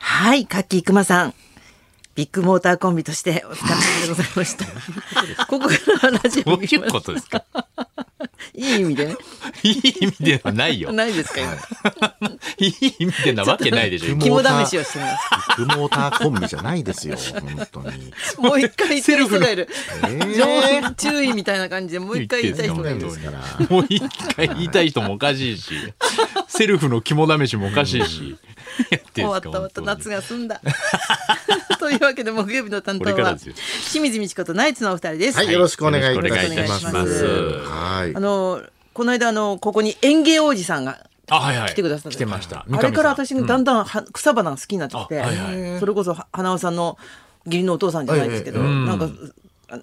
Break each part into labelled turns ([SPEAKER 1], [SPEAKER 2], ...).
[SPEAKER 1] はい、カッキーくまさん。ビッグモーターコンビとしてお疲れ様でございました。 ここからはラジオ
[SPEAKER 2] どう
[SPEAKER 1] に行
[SPEAKER 2] い
[SPEAKER 1] きま
[SPEAKER 2] う
[SPEAKER 1] す
[SPEAKER 2] ことですか
[SPEAKER 1] いい意味でね。
[SPEAKER 2] いい意味ではないよ。
[SPEAKER 1] ないですか、今。
[SPEAKER 2] いい意味でなわけないでしょ。
[SPEAKER 1] 肝試しをしてます。
[SPEAKER 3] ビッグモーターコンビじゃないですよ、本当に。
[SPEAKER 1] もう一回言ってる人がいる。
[SPEAKER 3] え
[SPEAKER 1] 常注意みたいな感じでもう一回言いたい人がい
[SPEAKER 3] え
[SPEAKER 1] る。
[SPEAKER 3] ですから。
[SPEAKER 2] もう一回言いたい人もおかしいし、セルフの肝試しもおかしいし。やっ
[SPEAKER 1] 終
[SPEAKER 2] てん
[SPEAKER 1] わった終わっ
[SPEAKER 2] すか
[SPEAKER 1] た
[SPEAKER 2] 本当
[SPEAKER 1] 夏
[SPEAKER 2] に
[SPEAKER 1] が済んだ。 というわけで木曜日の担当
[SPEAKER 2] これから
[SPEAKER 1] は
[SPEAKER 2] ですよ
[SPEAKER 1] 清水美智子とナイツのお二人です。
[SPEAKER 3] はい、よろしくお願いいた
[SPEAKER 1] よろ
[SPEAKER 3] し
[SPEAKER 1] しくお願
[SPEAKER 3] ま
[SPEAKER 1] いします
[SPEAKER 3] す。はい
[SPEAKER 1] あ。のこの間あのここに園芸王子さんが
[SPEAKER 2] あ、はいはい。
[SPEAKER 1] 来てくださったんです
[SPEAKER 2] 来てました。
[SPEAKER 1] あれから
[SPEAKER 2] 三上
[SPEAKER 1] 私がだんだんは草花が好きになってきて、
[SPEAKER 2] あはいは
[SPEAKER 1] それこそ花尾さんの義理のお父さんじゃないですけど、
[SPEAKER 2] ええええ
[SPEAKER 1] なんかあ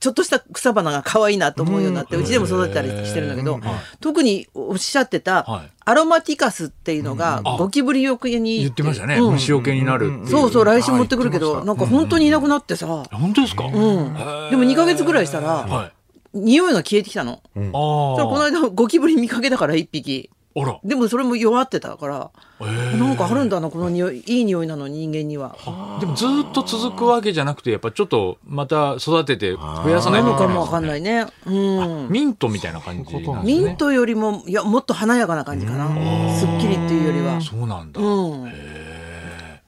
[SPEAKER 1] ちょっとした草花が可愛いなと思うようになって、うちでも育てたりしてるんだけど、特におっしゃって
[SPEAKER 2] はい
[SPEAKER 1] たアロマティカスっていうのが
[SPEAKER 2] んあ
[SPEAKER 1] ゴキブリよけに
[SPEAKER 2] さん言ってましたね。
[SPEAKER 1] うん
[SPEAKER 2] 虫除けになるってい
[SPEAKER 1] そうそう来週持ってくるけ
[SPEAKER 3] は
[SPEAKER 1] ど
[SPEAKER 3] い
[SPEAKER 1] なんか本当にいなくなってさ、
[SPEAKER 2] 本当ですか
[SPEAKER 1] うんでも2ヶ月ぐらいしたら
[SPEAKER 2] はい。
[SPEAKER 1] 匂いが消えてきたの。
[SPEAKER 2] あ
[SPEAKER 1] そ
[SPEAKER 2] あ。
[SPEAKER 1] したらこの間ゴキブリ見かけたから1匹
[SPEAKER 2] あら。
[SPEAKER 1] でもそれも弱ってたから、
[SPEAKER 2] え
[SPEAKER 1] なんかあるんだなこの匂いいい匂いなの人間には。
[SPEAKER 2] ーでもずっと続くわけじゃなくて、やっぱちょっとまた育てて増やさな
[SPEAKER 1] ない
[SPEAKER 2] と
[SPEAKER 1] の
[SPEAKER 2] いけ
[SPEAKER 1] か
[SPEAKER 2] ない
[SPEAKER 1] も
[SPEAKER 2] で
[SPEAKER 1] わか
[SPEAKER 2] す
[SPEAKER 1] ん
[SPEAKER 2] ね。
[SPEAKER 1] ないね。うん。
[SPEAKER 2] ミントみたいな感じなんですね。
[SPEAKER 1] ミントよりもいやもっと華やかな感じかな。すっきりっていうよりは。
[SPEAKER 2] そうなんだ。
[SPEAKER 1] うん。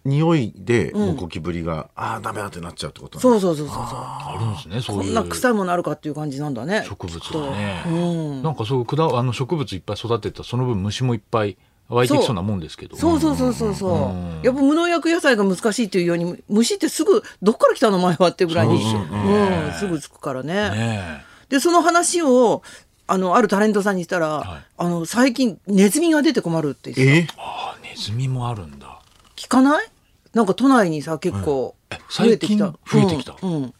[SPEAKER 3] 匂いで、もうゴキブリが、ああ、ダメだってなっちゃうってことね
[SPEAKER 1] そうそうそうそうそう。
[SPEAKER 2] あるんですね、そう
[SPEAKER 1] こ
[SPEAKER 2] い
[SPEAKER 1] ん
[SPEAKER 2] う。
[SPEAKER 1] な臭いものあるかっていう感じなんだね。
[SPEAKER 2] 植物
[SPEAKER 1] きっと
[SPEAKER 2] だね
[SPEAKER 1] うん。
[SPEAKER 2] なんかそういう果あの植物いっぱい育てたらその分虫もいっぱい湧いてきそうなもんですけど
[SPEAKER 1] そうそうそうそうそうう。やっぱ無農薬野菜が難しいというように虫ってすぐどっから来たの前はっていうぐらいに、
[SPEAKER 2] そうですよね
[SPEAKER 1] うんすぐつくから
[SPEAKER 2] ねえ
[SPEAKER 1] でその話をあのあるタレントさんにしたら、
[SPEAKER 2] はい
[SPEAKER 1] あの最近ネズミが出て困るって言って
[SPEAKER 3] え
[SPEAKER 2] あネズミもあるんだ
[SPEAKER 1] 聞かないなんか都内にさ結構
[SPEAKER 2] え
[SPEAKER 1] 増えてきた、
[SPEAKER 2] 最近増えてきた
[SPEAKER 1] うんうんう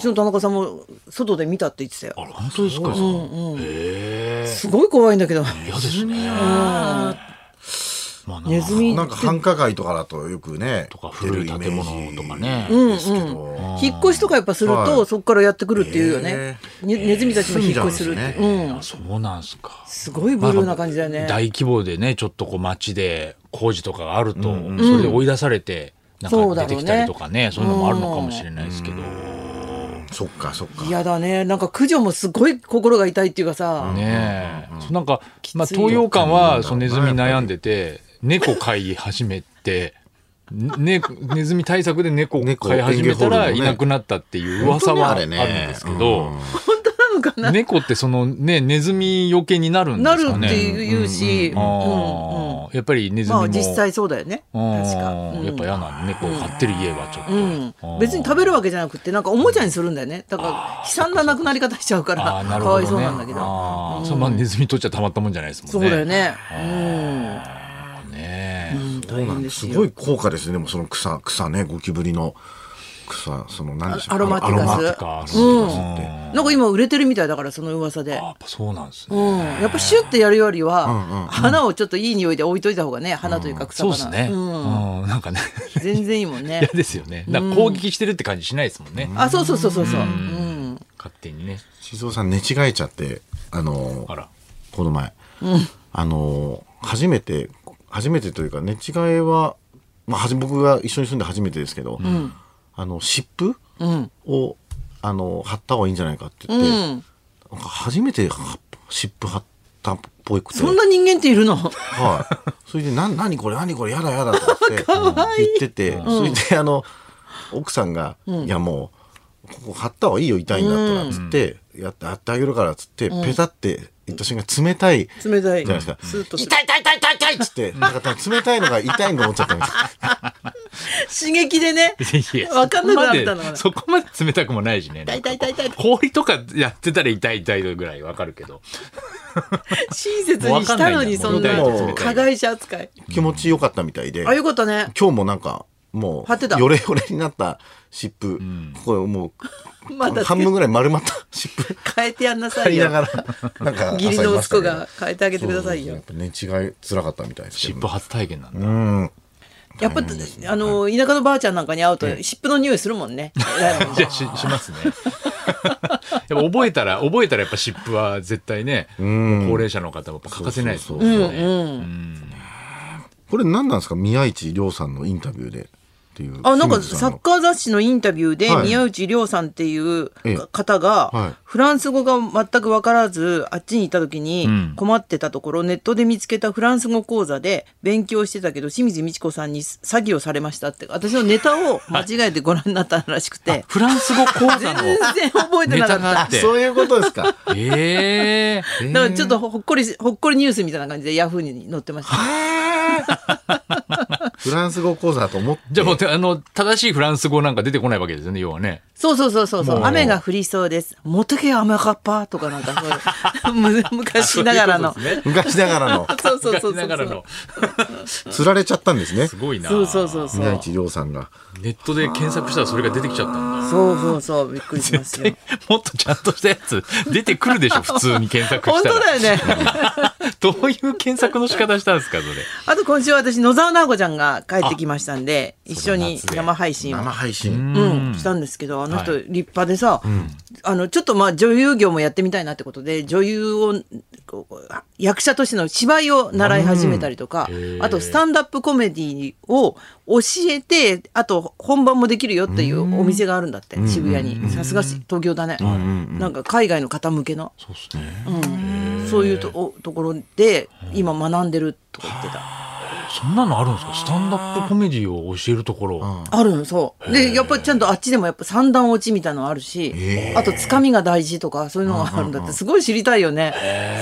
[SPEAKER 1] ちの田中さんも外で見たって言ってたよ
[SPEAKER 2] あら本当ですか、
[SPEAKER 1] うんうん
[SPEAKER 2] へえ
[SPEAKER 1] すごい怖いんだけど
[SPEAKER 2] 嫌ですね、まあ、
[SPEAKER 1] ネズミ
[SPEAKER 3] なんか繁華街とかだとよくね、
[SPEAKER 2] とか古い建物とかね
[SPEAKER 3] 出るイメージですけど
[SPEAKER 1] 引っ越しとかやっぱすると、
[SPEAKER 3] はい
[SPEAKER 1] そこからやってくるっていうよね
[SPEAKER 3] へ、
[SPEAKER 1] ねネズミたちも引っ越しするって
[SPEAKER 3] 住んじゃ
[SPEAKER 1] う
[SPEAKER 2] あ
[SPEAKER 1] ん、
[SPEAKER 2] そうなんすか
[SPEAKER 1] すごいブルーな感じだよね、
[SPEAKER 2] 大規模でねちょっとこう街で工事とかがあると、それで追い出されてな
[SPEAKER 1] そ
[SPEAKER 2] ん
[SPEAKER 1] う
[SPEAKER 2] か
[SPEAKER 1] だ
[SPEAKER 2] 出
[SPEAKER 1] ろう
[SPEAKER 2] て
[SPEAKER 1] ね
[SPEAKER 2] きたりとかねそういうのもあるのかもしれないですけど、
[SPEAKER 3] そっか、そっか。
[SPEAKER 1] 嫌だねなんか駆除もすごい心が痛いっていうかさ、
[SPEAKER 2] ねえ、なんか、ま
[SPEAKER 1] き
[SPEAKER 2] あ、
[SPEAKER 1] ついよ
[SPEAKER 2] 東洋館はそのネズミ悩んでて猫飼い始めて、ね、ネズミ対策で猫
[SPEAKER 3] 猫
[SPEAKER 2] 飼い始めたら
[SPEAKER 3] 園芸ホールの
[SPEAKER 2] い
[SPEAKER 3] ね
[SPEAKER 2] なくなったっていう噂はあるんですけど、
[SPEAKER 1] なのかな
[SPEAKER 2] 猫ってそのねネズミよけになるんで
[SPEAKER 1] な
[SPEAKER 2] す
[SPEAKER 1] る
[SPEAKER 2] か
[SPEAKER 1] っ
[SPEAKER 2] ね。
[SPEAKER 1] ていうし、うん
[SPEAKER 2] あ
[SPEAKER 1] うんうん
[SPEAKER 2] ーやっぱりネズミ
[SPEAKER 1] ま
[SPEAKER 2] も、
[SPEAKER 1] あ実際そうだよね
[SPEAKER 2] うん
[SPEAKER 1] 確か、うん
[SPEAKER 2] やっぱ嫌なんで猫を飼ってる家はちょっと、
[SPEAKER 1] うん、別に食べるわけじゃなくてなんかおもちゃにするんだよねだから悲惨な亡くなり方しちゃうから
[SPEAKER 2] あーなる
[SPEAKER 1] かわ
[SPEAKER 2] ほどね
[SPEAKER 1] いそうなんだけ
[SPEAKER 2] あ
[SPEAKER 1] ど、
[SPEAKER 2] ー
[SPEAKER 1] うん
[SPEAKER 2] そのまあネズミ取っちゃたまったもんじゃないです
[SPEAKER 1] そ
[SPEAKER 2] も
[SPEAKER 1] うん
[SPEAKER 2] ね
[SPEAKER 1] だよね
[SPEAKER 2] ねえ
[SPEAKER 1] うん、うん、
[SPEAKER 3] そう
[SPEAKER 1] 大
[SPEAKER 3] なん
[SPEAKER 1] 変
[SPEAKER 3] で
[SPEAKER 1] ですす
[SPEAKER 3] すご
[SPEAKER 1] よ
[SPEAKER 3] い効果ですね。でもその草、草ね、ゴキブリの草、その何でしょう
[SPEAKER 1] アロマティカス
[SPEAKER 3] アロマ
[SPEAKER 2] とか
[SPEAKER 1] うん
[SPEAKER 2] うん
[SPEAKER 1] なんか今売れてるみたいだからその噂で
[SPEAKER 2] あや。っぱそうなんです
[SPEAKER 1] う
[SPEAKER 2] ね。
[SPEAKER 1] ん、やっぱシュッてやるよりは、
[SPEAKER 3] んうんうん
[SPEAKER 1] 花をちょっといい匂いで置いといた方がね花というか草
[SPEAKER 2] そう
[SPEAKER 1] 花、
[SPEAKER 2] ですね。うんん、なんかね、
[SPEAKER 1] 全然いいもん
[SPEAKER 2] 嫌
[SPEAKER 1] ね
[SPEAKER 2] ですよね。なんか攻撃してるって感じしないですもんね。
[SPEAKER 1] あそうそうそうそうそう、うん
[SPEAKER 2] 勝手にね。
[SPEAKER 3] 静岡さん寝違えちゃって、あの
[SPEAKER 2] あら。
[SPEAKER 3] この前、あの初めて初めてというか寝違えは、まあ、はじ僕が一緒に住んで初めてですけど、あの湿布
[SPEAKER 1] ん
[SPEAKER 3] を、あの貼った方がいいんじゃないかって言って、
[SPEAKER 1] うん、
[SPEAKER 3] なんか初めては湿布貼ったっぽいくて
[SPEAKER 1] そんな人間っているの
[SPEAKER 3] はい、それで「な何これ何これやだやだ」とかって 言ってて、それであの奥さんが「いやもうここ貼った方がいいよ痛いんだ」とかっつって、やって「貼ってあげるから」っつって、ペタって言った瞬間冷たい。
[SPEAKER 1] 冷たい
[SPEAKER 3] じゃないですか
[SPEAKER 1] スーッとする
[SPEAKER 3] 痛い痛い痛い痛い痛いっつって、なんか冷たいのが痛いの思っちゃったんです。
[SPEAKER 1] 刺激でね
[SPEAKER 2] いや
[SPEAKER 1] わかんなくなったのかな
[SPEAKER 2] そこまでそこまで冷たくもないしね。
[SPEAKER 1] 痛い痛い痛い痛い
[SPEAKER 2] 氷とかやってたら痛い痛いぐらいわかるけど。
[SPEAKER 1] 親切にしたのにそんな
[SPEAKER 3] わかんないんだもん
[SPEAKER 1] 加害者扱い
[SPEAKER 3] 気持ちよかったみたいで、
[SPEAKER 1] あよかったね
[SPEAKER 3] 今日もなんか、も
[SPEAKER 1] 貼ってた
[SPEAKER 3] う、ヨレヨレになった湿布、これも う、
[SPEAKER 1] また
[SPEAKER 3] 半分ぐらい丸まった湿布
[SPEAKER 1] 変えてやんなさ
[SPEAKER 3] 貼
[SPEAKER 1] い
[SPEAKER 3] りな
[SPEAKER 1] よ
[SPEAKER 3] がら、なんか、
[SPEAKER 1] 義理の息子が
[SPEAKER 3] 朝
[SPEAKER 1] 変えてあげて
[SPEAKER 3] いま
[SPEAKER 1] くだ
[SPEAKER 3] したけど
[SPEAKER 1] さいよ
[SPEAKER 3] そうそうそうやっぱ寝違い辛かったみたいですけ
[SPEAKER 2] 湿
[SPEAKER 3] ど。
[SPEAKER 2] 布初体験なんだ。
[SPEAKER 3] うん。
[SPEAKER 1] やっぱ、あの田舎のばあちゃんなんかに会うと湿布の匂いするもん ね偉いもん
[SPEAKER 2] じ
[SPEAKER 1] ね
[SPEAKER 2] ゃあししますね。 やっぱ覚えたら覚えたらやっぱ湿布は絶対ね、高齢者の方はやっぱ欠かせないですもんね。
[SPEAKER 3] これ何なんですか宮市亮さんのインタビューでっていう
[SPEAKER 1] あなんか
[SPEAKER 3] 清水
[SPEAKER 1] サ
[SPEAKER 3] さの
[SPEAKER 1] ッカー雑誌のインタビューで
[SPEAKER 3] はい
[SPEAKER 1] 宮内亮さんっていう
[SPEAKER 3] ええ
[SPEAKER 1] 方
[SPEAKER 3] はい
[SPEAKER 1] がフランス語が全く分からずあっちにいた時に困ってたところネットで見つけたフランス語講座で勉強してたけど清水美智子さんに詐欺をされましたって私のネタを間違えてご覧になったらしくて
[SPEAKER 2] フランス語講座の
[SPEAKER 1] 全然覚えて
[SPEAKER 2] ネ
[SPEAKER 1] なか
[SPEAKER 2] タ
[SPEAKER 1] っ
[SPEAKER 2] があ
[SPEAKER 1] た
[SPEAKER 2] っ。て
[SPEAKER 3] そういうことですか
[SPEAKER 2] ええ
[SPEAKER 1] だからちょっとほっこりしほっこりニュースみたいな感じでヤフーに載ってました。
[SPEAKER 3] フランス語講座だと思って
[SPEAKER 2] じゃあも うあの正しいフランス語なんか出てこないわけですよね要はね
[SPEAKER 1] そうそうそうそうそう
[SPEAKER 2] もう
[SPEAKER 1] 雨が降りそうです。モテケ雨がっぱとかなんかそう いうむ昔ながらの。
[SPEAKER 2] そういうこ
[SPEAKER 3] 昔ながら の
[SPEAKER 1] そうそうそ
[SPEAKER 2] と
[SPEAKER 1] う
[SPEAKER 2] で
[SPEAKER 1] そ
[SPEAKER 2] すね昔な
[SPEAKER 1] う
[SPEAKER 2] がらの
[SPEAKER 3] 釣られちゃったんですね
[SPEAKER 2] すごいな
[SPEAKER 1] そうそうそうそう。
[SPEAKER 3] 宮市亮さんが
[SPEAKER 2] ネットで検索したらそれが出てきちゃっ たんだ
[SPEAKER 1] そうそうそう、びっくりしますよ。
[SPEAKER 2] もっとちゃんとしたやつ出てくるでしょ 普通に検索
[SPEAKER 1] 本
[SPEAKER 2] した
[SPEAKER 1] 当
[SPEAKER 2] ら
[SPEAKER 1] だよね。
[SPEAKER 2] どういう検索の仕方したんですかそれ
[SPEAKER 1] あと今週は私、野沢直子ちゃんが帰ってきましたん で、一緒に生配信を
[SPEAKER 3] 生。配信
[SPEAKER 1] うん、したんですけどあの人立派でさ、あのちょっとまあ女優業もやってみたいなってことで女優をこう役者としての芝居を習い始めたりとか、
[SPEAKER 2] うんへえ
[SPEAKER 1] あとスタンダップコメディを教えてあと本番もできるよっていうお店があるんだって、渋谷にさすがし東京だね、なんか海外の方向けの
[SPEAKER 3] そうですね
[SPEAKER 1] うん、そういうとこところで今学んでるとか言ってた。
[SPEAKER 2] そんなのあるんですかスタンダップコメディを教えるところ、
[SPEAKER 1] あるのそうでやっぱりちゃんとあっちでもやっぱ三段落ちみたいなのあるしあとつかみが大事とかそういうのがあるんだってすごい知りたいよね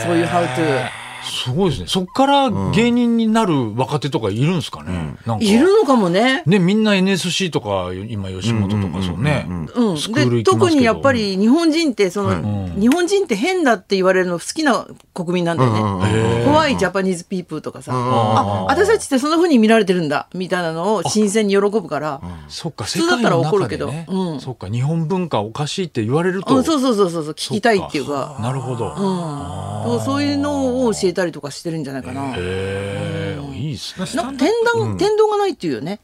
[SPEAKER 1] そういうハウトゥー
[SPEAKER 2] すごいですねそっから芸人になる若手とかいるんですかね、なんか
[SPEAKER 1] いるのかもね。
[SPEAKER 2] ねみんな NSC とか今吉本とかそうね、
[SPEAKER 1] うん、
[SPEAKER 2] スクール
[SPEAKER 1] で
[SPEAKER 2] 行きま
[SPEAKER 1] 特
[SPEAKER 2] すけど
[SPEAKER 1] にやっぱり日本人ってその、
[SPEAKER 2] うん
[SPEAKER 1] 日本人って変だって言われるの好きな国民なんだよね、
[SPEAKER 3] うんうんうん
[SPEAKER 2] へー
[SPEAKER 1] 怖いジャパニーズピープルとかさ、あ
[SPEAKER 2] あ
[SPEAKER 1] 私たちってそんな風に見られてるんだみたいなのを新鮮に喜ぶから、
[SPEAKER 2] そっか
[SPEAKER 1] 普通だったら
[SPEAKER 2] 世界の中
[SPEAKER 1] 怒るけど
[SPEAKER 2] でね
[SPEAKER 1] うん
[SPEAKER 2] そっか日本文化おかしいって言われると、
[SPEAKER 1] うん、そうそうそうそうそう聞きたいっていう
[SPEAKER 2] そ
[SPEAKER 1] か
[SPEAKER 2] っなるほど、
[SPEAKER 1] うん、そうそういうのを教えたりとかしてるんじゃないかな。
[SPEAKER 2] へえいいですね
[SPEAKER 1] な天丼、天丼がないっていうよね。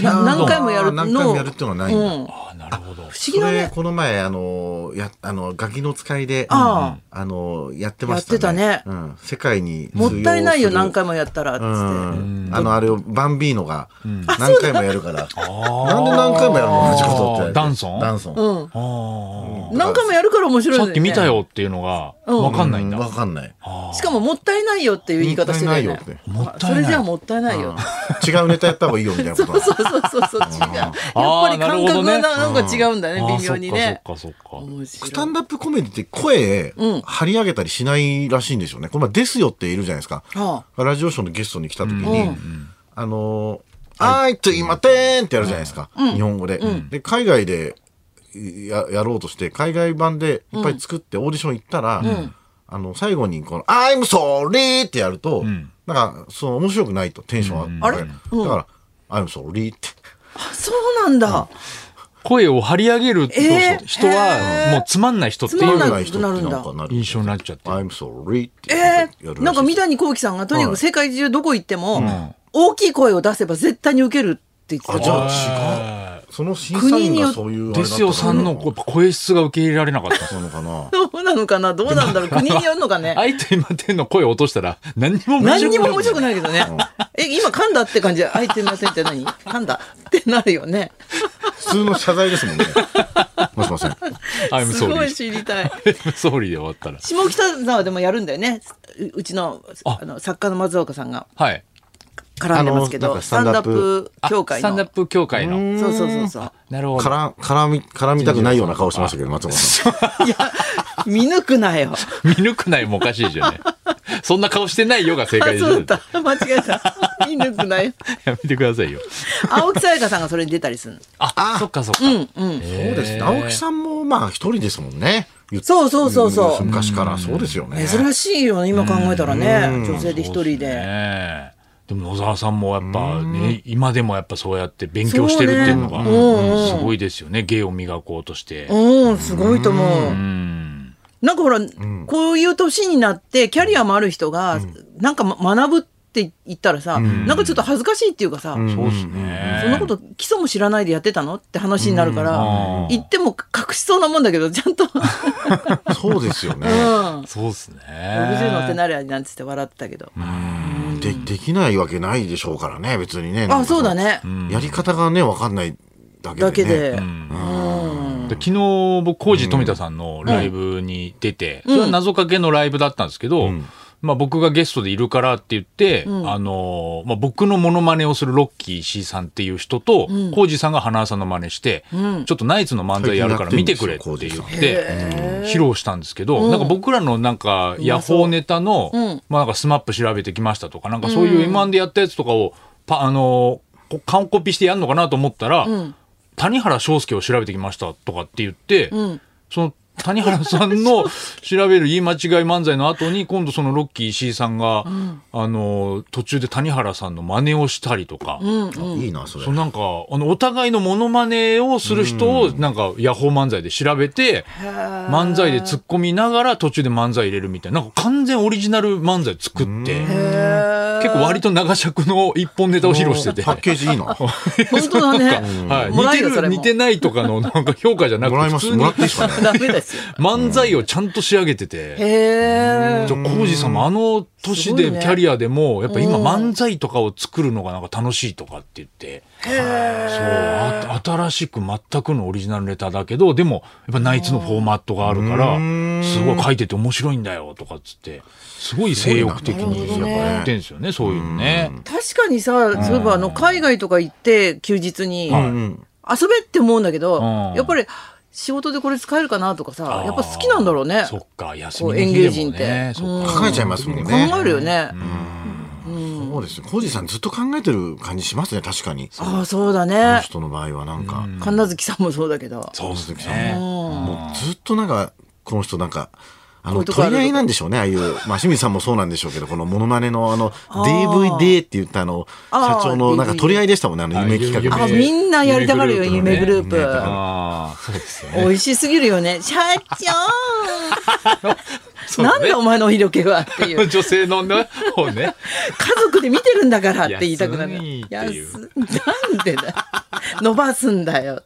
[SPEAKER 1] な何回もやるの
[SPEAKER 3] 何回もやるっていうのはないんだ
[SPEAKER 1] うん、不思
[SPEAKER 2] あなるほど
[SPEAKER 1] 議
[SPEAKER 3] そ
[SPEAKER 1] だ
[SPEAKER 3] れ
[SPEAKER 1] ね。
[SPEAKER 3] この前あのやあのガキの使いで
[SPEAKER 1] あ
[SPEAKER 3] あのやってました
[SPEAKER 1] やってた
[SPEAKER 3] うん世界に通
[SPEAKER 1] も
[SPEAKER 3] 用
[SPEAKER 1] っ
[SPEAKER 3] する
[SPEAKER 1] たいないよ何回もやったらっつって。
[SPEAKER 3] うんあのあれをバンビーノが何回もやるから、なんで何回もやるの同じことって
[SPEAKER 2] ダンソン
[SPEAKER 3] ダンソン、
[SPEAKER 1] うん
[SPEAKER 2] あー
[SPEAKER 1] 何回もやるから面白いん
[SPEAKER 2] さ
[SPEAKER 1] だよね
[SPEAKER 2] っき見た。よっていうのが
[SPEAKER 1] うん
[SPEAKER 2] わかんないんだ、
[SPEAKER 3] うわかんない
[SPEAKER 1] しかももったいないよっていう言い方してたよね。
[SPEAKER 2] もったいないよってもったい
[SPEAKER 1] あ
[SPEAKER 2] な
[SPEAKER 1] そ
[SPEAKER 2] い
[SPEAKER 1] れじゃあもったいないよ。
[SPEAKER 3] 違うネタやった方がいいよみたいなこ と
[SPEAKER 1] そうそうそうそう違う。 やっぱり感覚がなんか違うんだね
[SPEAKER 2] あー
[SPEAKER 1] 微妙にね。
[SPEAKER 2] そっかそっかそっか
[SPEAKER 1] 面
[SPEAKER 3] スタ
[SPEAKER 1] 白い
[SPEAKER 3] ンダップコメディって声
[SPEAKER 1] うん
[SPEAKER 3] 張り上げたりしないらしいんですよね。この前ですよっているじゃないですか。
[SPEAKER 1] は
[SPEAKER 3] ラジオショーのゲストに来た時に、
[SPEAKER 1] うんう
[SPEAKER 3] あのー、あーいと言いまてんってやるじゃないですか。日本語で、で、海外でややろうとして、海外版でいっぱい作ってオーディション行ったら、あの、最後にこの、I'm sorry! ってやると、
[SPEAKER 2] ん
[SPEAKER 3] なんか、その面白くないと、テンションが上がる。
[SPEAKER 1] うんあれ
[SPEAKER 3] だから、I'm sorry! って。
[SPEAKER 1] あそうなんだ。
[SPEAKER 2] 声を張り上げる人,、
[SPEAKER 1] えー
[SPEAKER 2] 人はもうつまんない人って
[SPEAKER 1] つま
[SPEAKER 2] い
[SPEAKER 1] んな
[SPEAKER 2] う
[SPEAKER 1] い
[SPEAKER 3] ない人ってなんかなる。
[SPEAKER 2] 印象になっちゃって、
[SPEAKER 3] I'm sorry! って
[SPEAKER 1] え
[SPEAKER 3] やる
[SPEAKER 1] ー、なんか
[SPEAKER 3] 見
[SPEAKER 1] 三谷幸喜さんがとにかく世界中どこ行っても、
[SPEAKER 2] ん
[SPEAKER 1] 大きい声を出せば絶対に受けるって言ってた
[SPEAKER 3] あ、じゃあ違う。
[SPEAKER 2] あ
[SPEAKER 3] その審査員がそういうあ
[SPEAKER 2] で
[SPEAKER 3] れだったの
[SPEAKER 2] すよさんのやっぱ声質が受け入れられな かった
[SPEAKER 3] なのかな。
[SPEAKER 1] そうなのかなどうなんだろう国によるのかね
[SPEAKER 2] 相手今手の声を落としたら何にも面
[SPEAKER 1] 何
[SPEAKER 2] 白く
[SPEAKER 1] にも
[SPEAKER 2] ない
[SPEAKER 1] 面白くないけどね、え今噛んだって感じで相手ませんって何噛んだってなるよね
[SPEAKER 3] 普通の謝罪です もんね。もしもし。
[SPEAKER 2] I'm
[SPEAKER 1] すごい
[SPEAKER 2] sorry
[SPEAKER 1] 知りたい
[SPEAKER 2] I'm sorry で終わったら
[SPEAKER 1] 下北沢でもやるんだよねううちのあの作家の松岡さんが
[SPEAKER 2] はい
[SPEAKER 1] 絡んでますけ
[SPEAKER 3] あの
[SPEAKER 1] ど
[SPEAKER 3] なんか
[SPEAKER 1] ス
[SPEAKER 3] ス
[SPEAKER 1] タ
[SPEAKER 3] タ
[SPEAKER 1] ン
[SPEAKER 3] ン
[SPEAKER 1] ダッ
[SPEAKER 3] ダップ
[SPEAKER 1] プ協会
[SPEAKER 2] あスタンダッ
[SPEAKER 1] の
[SPEAKER 2] プ協会の
[SPEAKER 1] そうそうそうそう
[SPEAKER 2] なるほど
[SPEAKER 3] から絡み絡みたくないような顔してましたけど松本さん。
[SPEAKER 1] いや見抜くなよ
[SPEAKER 2] 見抜くないもおかしいですよね そんな顔してないよが正
[SPEAKER 1] あ
[SPEAKER 2] 解です
[SPEAKER 1] そうだった間違えた見抜くなよ
[SPEAKER 2] やめてくださいよ
[SPEAKER 1] 青木さやかさんがそれに出たりするの
[SPEAKER 2] あそっかそっか、
[SPEAKER 1] うん
[SPEAKER 3] そうですね。青木さんもまあ一人ですもんね。言っ
[SPEAKER 1] そうそうそうそう
[SPEAKER 3] 昔からそうですよね。
[SPEAKER 1] 珍しいよね今考えたらね女性で一人で。
[SPEAKER 2] ねえでも野沢さんもやっぱね今でもやっぱそうやって勉強してるっていうの
[SPEAKER 1] そう
[SPEAKER 2] が
[SPEAKER 1] ねうんうん
[SPEAKER 2] すごいですよね芸を磨こうとして
[SPEAKER 1] うんすごいと思う
[SPEAKER 2] うん
[SPEAKER 1] なんかほらこういう年になってキャリアもある人がなんかま学ぶって言ったらさなんかちょっと恥ずかしいっていうかさ
[SPEAKER 3] ん
[SPEAKER 2] そうですね
[SPEAKER 1] そんなこと基礎も知らないでやってたのって話になるから
[SPEAKER 2] うん
[SPEAKER 1] 言っても隠しそうなもんだけどちゃ んと
[SPEAKER 3] そうですよね
[SPEAKER 1] う。ん
[SPEAKER 2] そうですね
[SPEAKER 1] 60乗ってなりゃなんつって笑ってたけど
[SPEAKER 3] うんでできないわけないでしょうからね別にね
[SPEAKER 1] あそうだね、
[SPEAKER 3] やり方がね分かんないだけで、ね、
[SPEAKER 1] だけで、
[SPEAKER 2] で昨日僕コージ富田さんのライブに出て、それは謎かけのライブだったんですけど、まあ、僕がゲストでいるからって言って、あのまあ、僕のモノマネをするロッキー C さんっていう人と、うん、浩二さんが花さんの真似して、ちょっとナイツの漫才やるから見てくれって言って披露したんですけど、なんか僕らのなんかヤホーネタの、まあ、なんかスマップ調べてきましたとかなんかそういう m 1でやったやつとかをパ、あの完コピしてやるのかなと思ったら、谷原章介を調べてきましたとかって言って、うん、その谷原さんの調べる言い間違い漫才の後に今度そのロッキー石井さんが、うん、あの途中で谷原さんの真似をしたりとか、
[SPEAKER 1] うん
[SPEAKER 3] あいいなそれ
[SPEAKER 2] そうなんかあのお互いのモノマネをする人をなんかヤホー漫才で調べて、漫才で突っ込みながら途中で漫才入れるみたいななんか完全オリジナル漫才作って、結構割と長尺の一本ネタを披露してて
[SPEAKER 3] パッケージい いな
[SPEAKER 1] 本当だね、
[SPEAKER 2] はい、似てる似てないとかのなんか評価じゃなく
[SPEAKER 3] もらいます
[SPEAKER 2] 普通に
[SPEAKER 3] もらっていいですかね
[SPEAKER 1] ダメ ですよ
[SPEAKER 2] 漫才をちゃんと仕上げてて。
[SPEAKER 1] へー
[SPEAKER 2] じゃあ、コージさんもあの年で、
[SPEAKER 1] すごいね
[SPEAKER 2] キャリアでも、やっぱ今漫才とかを作るのがなんか楽しいとかって言って。そうあ。新しく全くのオリジナルネタだけど、でも、やっぱナイツのフォーマットがあるから、すごい書いてて面白いんだよとかっつって、すごい性欲的にやっぱやってんですよね、そういうのね。
[SPEAKER 1] 確かにさ、そういえばあの海外とか行って休日に
[SPEAKER 3] う
[SPEAKER 1] 遊
[SPEAKER 3] ん
[SPEAKER 1] べって思うんだけど、
[SPEAKER 2] うん
[SPEAKER 1] やっぱり仕事でこれ使えるかなとかさ、やっぱ好きなんだろう
[SPEAKER 2] あ
[SPEAKER 1] ね。
[SPEAKER 2] ーそっか、休
[SPEAKER 1] こう
[SPEAKER 2] みの
[SPEAKER 1] 園
[SPEAKER 2] 日で
[SPEAKER 1] 芸人
[SPEAKER 2] も
[SPEAKER 1] って
[SPEAKER 2] ね。。そっか。
[SPEAKER 3] 考えちゃいますもん
[SPEAKER 1] うん
[SPEAKER 3] ね
[SPEAKER 1] 考えるよね。
[SPEAKER 3] そうですね浩二さんずっと考えてる感じしますね確かに
[SPEAKER 1] ああ、そうだ
[SPEAKER 3] この
[SPEAKER 1] ね。
[SPEAKER 3] 人の場合はなんか、
[SPEAKER 1] 神奈月さんもそうだけど。
[SPEAKER 2] そうです
[SPEAKER 3] 鈴木さん
[SPEAKER 2] ね。
[SPEAKER 3] もうずっとなんかこの人なんか
[SPEAKER 1] こ
[SPEAKER 3] あ
[SPEAKER 1] うい
[SPEAKER 3] の
[SPEAKER 1] うとこある
[SPEAKER 3] 取り合いなんでしょうねああいうまあ清水さんもそうなんでしょうけどこのモノマネのあの DVD って言ったあの
[SPEAKER 1] あー
[SPEAKER 3] 社長のなんか
[SPEAKER 1] DVD
[SPEAKER 3] 取り合いでしたもんねあの夢企画
[SPEAKER 1] あ、
[SPEAKER 2] 夢
[SPEAKER 3] で
[SPEAKER 1] みんなやりたがるよ、夢
[SPEAKER 2] 夢
[SPEAKER 1] グ
[SPEAKER 2] グ
[SPEAKER 1] ル
[SPEAKER 2] ル
[SPEAKER 1] ー
[SPEAKER 3] ね夢グル
[SPEAKER 1] プ。
[SPEAKER 2] ああ、そうですよね。
[SPEAKER 1] 美味しすぎるよね。社長なんだお前のお色気はっていう。
[SPEAKER 2] 女性のね、方ね。
[SPEAKER 1] 家族で見てるんだからって言いたくなる。
[SPEAKER 2] 安いっていう
[SPEAKER 1] 安なんでだよ。伸ばすんだよ。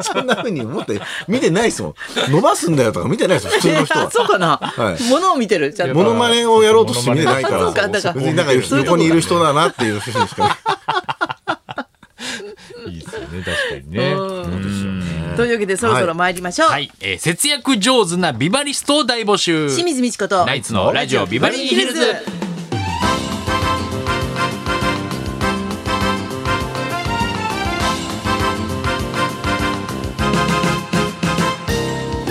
[SPEAKER 3] そんな風に思って見てないですもん伸ばすんだよとか見てないですよ普通の人
[SPEAKER 1] え あそう
[SPEAKER 3] は
[SPEAKER 1] かな、
[SPEAKER 3] はい
[SPEAKER 1] 物を見てる。ちゃん
[SPEAKER 3] モ
[SPEAKER 1] と。
[SPEAKER 3] ノマネをやろうとして見てないか
[SPEAKER 1] そうか、
[SPEAKER 3] ら
[SPEAKER 1] だか。
[SPEAKER 3] 別になんから
[SPEAKER 1] そういうと
[SPEAKER 3] 横
[SPEAKER 1] こ
[SPEAKER 3] にいる人だなっていうふうにしか
[SPEAKER 2] いいですよね、確かにね。
[SPEAKER 1] というわけで、そろそろ参りましょう。
[SPEAKER 4] はい、えー節約上手なビバリストを大募集
[SPEAKER 1] 清水美智子と。
[SPEAKER 4] ナイツのラジオビバリーヒルズ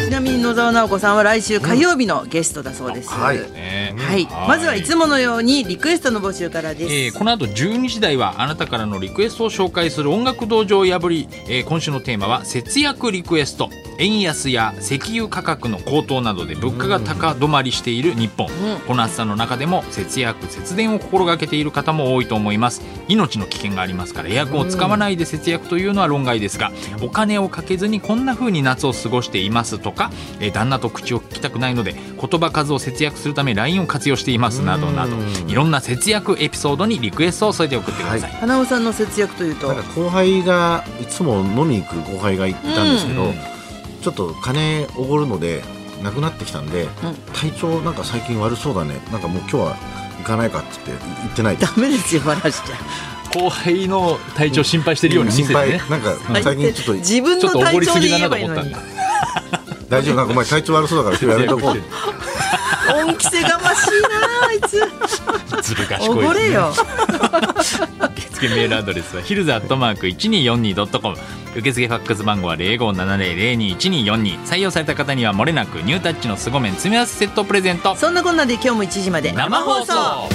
[SPEAKER 1] ちなみに野沢直子さんは来週火曜日のゲストだそうです。
[SPEAKER 3] はい
[SPEAKER 2] ね
[SPEAKER 1] はい、まずはいつものようにリクエストの募集からです。
[SPEAKER 4] えーこの後12時台はあなたからのリクエストを紹介する音楽道場を破り、えー今週のテーマは節約リクエスト円安や石油価格の高騰などで物価が高止まりしている日本、この暑さの中でも節約節電を心がけている方も多いと思います命の危険がありますからエアコンを使わないで節約というのは論外ですがお金をかけずにこんな風に夏を過ごしていますとか、えー旦那と口を聞きたくないので言葉数を節約するため LINE を活用していますなどなどいろんな節約エピソードにリクエストを添えて送ってください、
[SPEAKER 1] 花尾さんの節約というと
[SPEAKER 3] なんか、後輩がいつも飲みに行く後輩がいたんですけど、
[SPEAKER 2] うん
[SPEAKER 3] ちょっと金おごるのでなくなってきたんで、体調なんか最近悪そうだねなんかもう今日は行かないかって言って行ってないです
[SPEAKER 1] ダメですよ、話しちゃ。
[SPEAKER 2] 後輩の体調心配してるように見せ
[SPEAKER 3] 心
[SPEAKER 2] て
[SPEAKER 3] 配、
[SPEAKER 2] ね。
[SPEAKER 3] なんか最近ちょっと
[SPEAKER 1] 自分の
[SPEAKER 2] ちょっと怒
[SPEAKER 1] 体
[SPEAKER 2] り
[SPEAKER 1] 調
[SPEAKER 2] す
[SPEAKER 1] で
[SPEAKER 2] ぎ
[SPEAKER 1] 言え
[SPEAKER 2] だなと
[SPEAKER 1] ばいい
[SPEAKER 2] 思っ
[SPEAKER 1] の
[SPEAKER 2] たん
[SPEAKER 1] に
[SPEAKER 2] だ。
[SPEAKER 3] 大丈夫なんかお前体調悪そうだから今日やめとこう
[SPEAKER 1] 恩着せがましいなあいつ
[SPEAKER 2] ずる賢
[SPEAKER 1] お
[SPEAKER 2] いですね。
[SPEAKER 1] ごれよ
[SPEAKER 4] 受付メールアドレスはヒルズアットマーク 1242.com 受付ファックス番号は0570021242採用された方にはもれなくニュータッチの凄麺詰め合わせセットプレゼント
[SPEAKER 1] そんなこんなで今日も1時まで
[SPEAKER 4] 生放送
[SPEAKER 2] 放送